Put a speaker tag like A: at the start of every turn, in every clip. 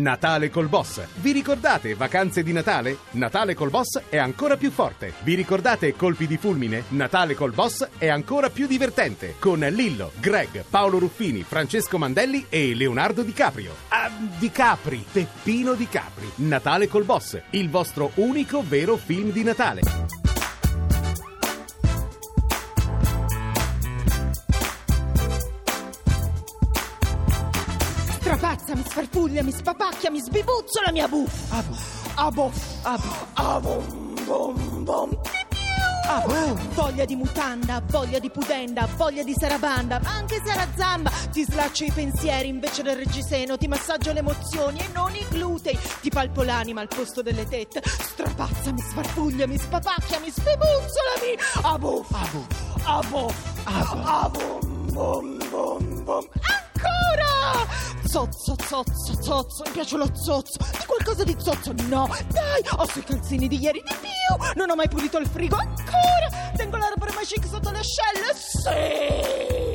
A: Natale col boss. Vi ricordate vacanze di Natale? Natale col boss è ancora più forte. Vi ricordate colpi di fulmine? Natale col boss è ancora più divertente. Con Lillo, Greg, Paolo Ruffini, Francesco Mandelli e Leonardo Di Caprio. Ah, Di Capri, Peppino Di Capri. Natale col boss, il vostro unico vero film di Natale.
B: Strapazza, mi sfarfuglia, mi spapacchia, mi sbibuzzola, mi abu. Abu. Abu. Abu. Abu. Bom, bom. Abu. Voglia di mutanda, voglia di pudenda, voglia di sarabanda, ma anche sarazamba. Ti slaccio i pensieri invece del reggiseno, ti massaggio le emozioni e non i glutei. Ti palpo l'anima al posto delle tette. Strapazza, mi sfarfuglia, mi spapacchia, mi sbibuzzolami. Abu. Abu. Abu. Abu. Bom, bom, bom. Ancora! Zozzo, zozzo, zozzo, mi piace lo zozzo. Di qualcosa di zozzo? No, dai, ho sui calzini di ieri di più. Non ho mai pulito il frigo ancora. Tengo la roba chic sotto le ascelle.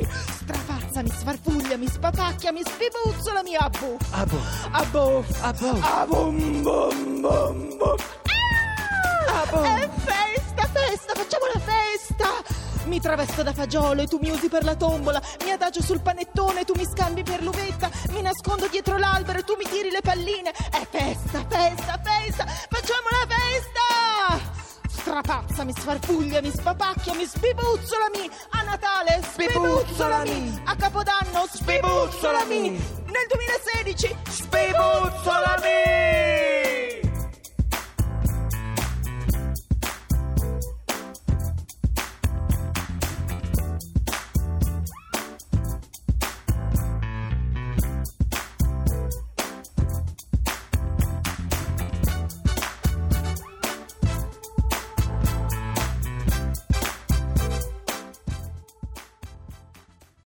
B: Sì! Strapazza, mi sfarfuglia, mi spatacchia, mi spibuzzola, mi abbu.
C: Abo,
B: Abbu.
C: abo,
B: Abum, bum, bum, bum.
C: Abum.
B: È festa, festa, facciamo la festa! Mi travesto da fagiolo e tu mi usi per la tombola, mi adagio sul panettone e tu mi scambi per l'uvetta, mi nascondo dietro l'albero e tu mi tiri le palline. È festa, festa, festa, facciamo la festa! Strapazza, mi sfarfuglia, mi spapacchia, mi sbibuzzolami! A Natale, sbibuzzolami!
C: Sbibuzzolami!
B: A Capodanno, sbibuzzolami!
C: Sbibuzzolami!
B: Nel 2016, sbibuzzolami!